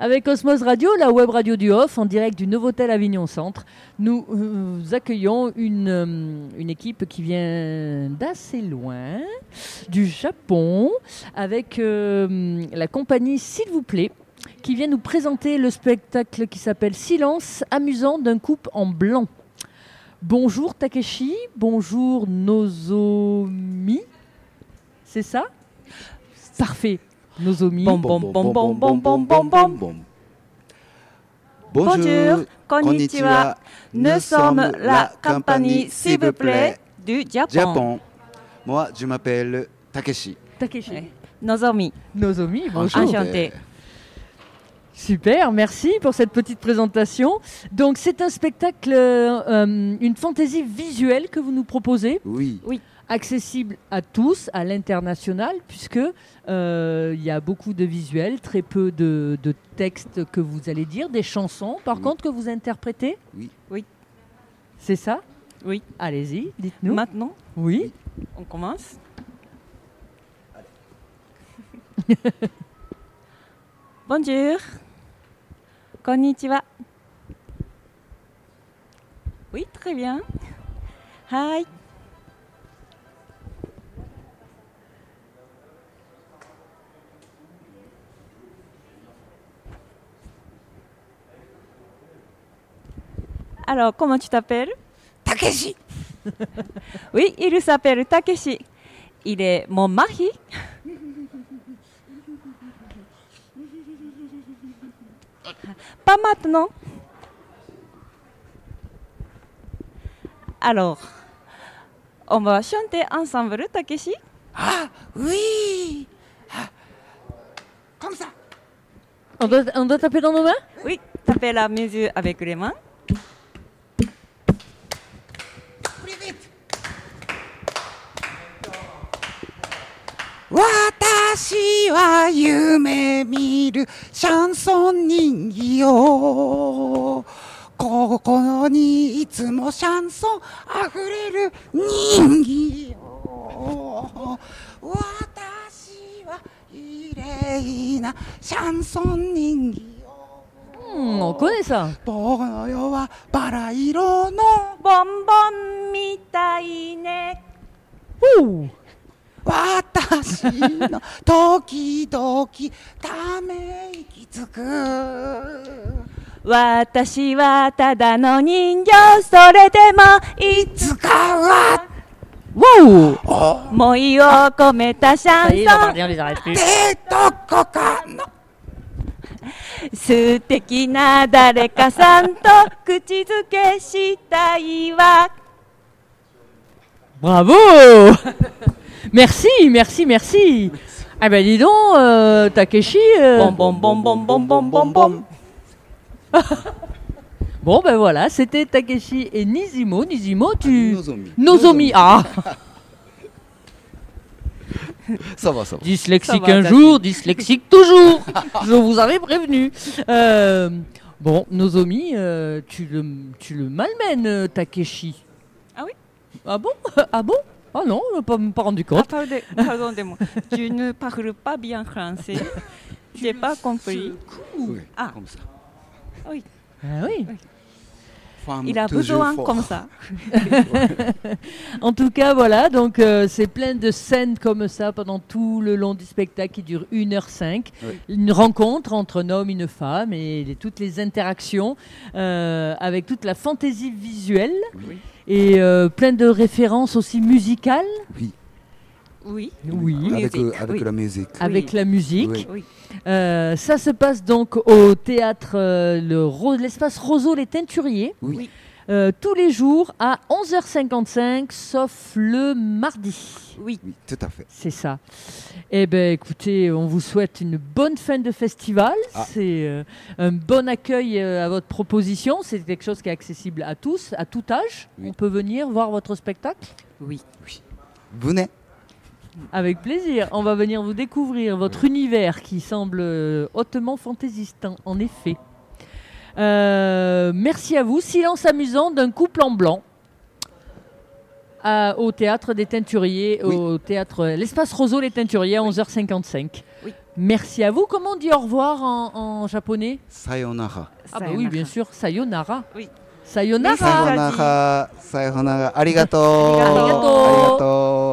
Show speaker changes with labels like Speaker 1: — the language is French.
Speaker 1: Avec Osmose Radio, la web radio du Off, en direct du Novotel Avignon Centre, nous euh, accueillons une, euh, une équipe qui vient d'assez loin, du Japon, avec euh, la compagnie S'il vous plaît, qui vient nous présenter le spectacle qui s'appelle Silence amusant d'un couple en blanc. Bonjour Takeshi, bonjour Nozomi, c'est ça Parfait. Nozomi.
Speaker 2: Bon, bon, bon, bon, bon, bon, bon, bon, bon.
Speaker 3: Bonjour, konnichiwa. Nous sommes la compagnie, s'il vous plaît, du Japon.
Speaker 2: Japon. Moi, je m'appelle Takeshi.
Speaker 1: Takeshi.
Speaker 3: Ouais. Nozomi,
Speaker 2: Ah,
Speaker 1: Nozomi, bonjour.
Speaker 2: Enchanté.
Speaker 3: enchanté.
Speaker 1: Super, merci pour cette petite présentation. Donc c'est un spectacle, euh, euh, une fantaisie visuelle que vous nous proposez,
Speaker 2: Oui,
Speaker 1: accessible à tous, à l'international, puisque euh, il y a beaucoup de visuels, très peu de, de textes que vous allez dire, des chansons par
Speaker 2: Oui.
Speaker 1: contre que vous interprétez.
Speaker 2: Oui.
Speaker 3: Oui.
Speaker 1: C'est ça
Speaker 3: Oui.
Speaker 1: Allez-y, dites-nous.
Speaker 3: Maintenant,
Speaker 1: oui.
Speaker 3: on commence. Bonjour. Konnichiwa. Oui, très bien. Hi. Alors, comment tu t'appelles
Speaker 2: Takeshi.
Speaker 3: Oui, il s'appelle Takeshi. Il est mon mari. Pas maintenant. Alors, on va chanter ensemble, Takeshi.
Speaker 2: Ah, oui. Ah, Comme ça.
Speaker 1: On doit, on doit taper dans nos mains
Speaker 3: Oui, tapez la mesure avec les mains.
Speaker 2: Plus vite. Watashi wa yume miru chanson ningi yo. ここにいつもシャンソンあふれる人気よ私は綺麗なシャンソン人気よ
Speaker 1: Hmm, On connaît ça.
Speaker 2: 僕の世はバラ色の
Speaker 3: Bonbon mitai ne.
Speaker 1: Ouh
Speaker 2: 私の時々ため息つく
Speaker 3: Watashi wa tada no ningyou, sore demo itsu
Speaker 2: 使わ
Speaker 1: Waouh
Speaker 2: お
Speaker 3: moi o kometa chanson.
Speaker 1: on les arrête plus.
Speaker 2: てどこかの
Speaker 3: 素敵な誰かさんと口づけしたいわ
Speaker 1: Bravo Merci, merci, merci Ah ben dis donc, euh, Takeshi euh,
Speaker 3: Bon, bon, bon, bon, bon, bon, bon, bon.
Speaker 1: Bon, ben voilà, c'était Takeshi et Nizimo. Nizimo, tu...
Speaker 2: Nozomi.
Speaker 1: Nozomi, ah
Speaker 2: Ça va, ça va.
Speaker 3: Ça
Speaker 1: Dyslexique
Speaker 3: va,
Speaker 1: un
Speaker 3: Takeshi.
Speaker 1: jour, dyslexique toujours Je vous avais prévenu Euh, Bon, Nozomi, euh, tu, le, tu le malmènes, euh, Takeshi.
Speaker 3: Ah oui
Speaker 1: Ah bon Ah bon Ah non, je me pas rendu compte.
Speaker 3: Pardon, pardon de moi. Tu ne parles pas bien français. J'ai pas compris. Ah.
Speaker 2: Comme ça.
Speaker 3: Oui,
Speaker 1: Ah oui
Speaker 2: Femme
Speaker 3: il a
Speaker 2: toujours
Speaker 3: besoin
Speaker 2: fort.
Speaker 3: comme ça.
Speaker 1: En tout cas, voilà, donc euh, c'est plein de scènes comme ça pendant tout le long du spectacle qui dure 1h05.
Speaker 2: Oui.
Speaker 1: Une rencontre entre un homme et une femme et les- toutes les interactions euh, avec toute la fantaisie visuelle
Speaker 2: Oui.
Speaker 1: et euh, plein de références aussi musicales.
Speaker 3: Oui,
Speaker 1: Oui.
Speaker 2: Avec, euh,
Speaker 3: Musique,
Speaker 2: avec
Speaker 3: oui.
Speaker 2: la musique.
Speaker 1: Avec la musique.
Speaker 2: Oui.
Speaker 3: oui.
Speaker 1: Euh, ça se passe donc au théâtre, euh, le Ro- l'espace Roseau les Teinturiers,
Speaker 2: Oui.
Speaker 3: Oui.
Speaker 1: Euh, tous les jours à 11h55, sauf le mardi.
Speaker 3: Oui,
Speaker 2: Oui, tout à fait.
Speaker 1: C'est ça. Eh bien, écoutez, on vous souhaite une bonne fin de festival.
Speaker 2: Ah.
Speaker 1: C'est euh, un bon accueil euh, à votre proposition. C'est quelque chose qui est accessible à tous, à tout âge.
Speaker 2: Oui.
Speaker 1: On peut venir voir votre spectacle
Speaker 3: oui.
Speaker 2: Venez.
Speaker 1: avec plaisir. On va venir vous découvrir votre univers qui semble euh, hautement fantaisiste, en- en effet. Euh, merci à vous. Silence amusant d'un couple en blanc. À- au théâtre euh, des Teinturiers,
Speaker 2: Oui.
Speaker 1: au théâtre, l'espace Roseau les Teinturiers à 11h55.
Speaker 3: Oui.
Speaker 1: Merci à vous. Comment on dit au revoir en, en japonais
Speaker 4: Sayonara.
Speaker 1: Ah bah oui, bien sûr, sayonara.
Speaker 3: Oui.
Speaker 1: Sayonara.
Speaker 3: Sayonara.
Speaker 4: さよなら、さよなら、ありがとう。
Speaker 3: ありがとう
Speaker 4: ありがとう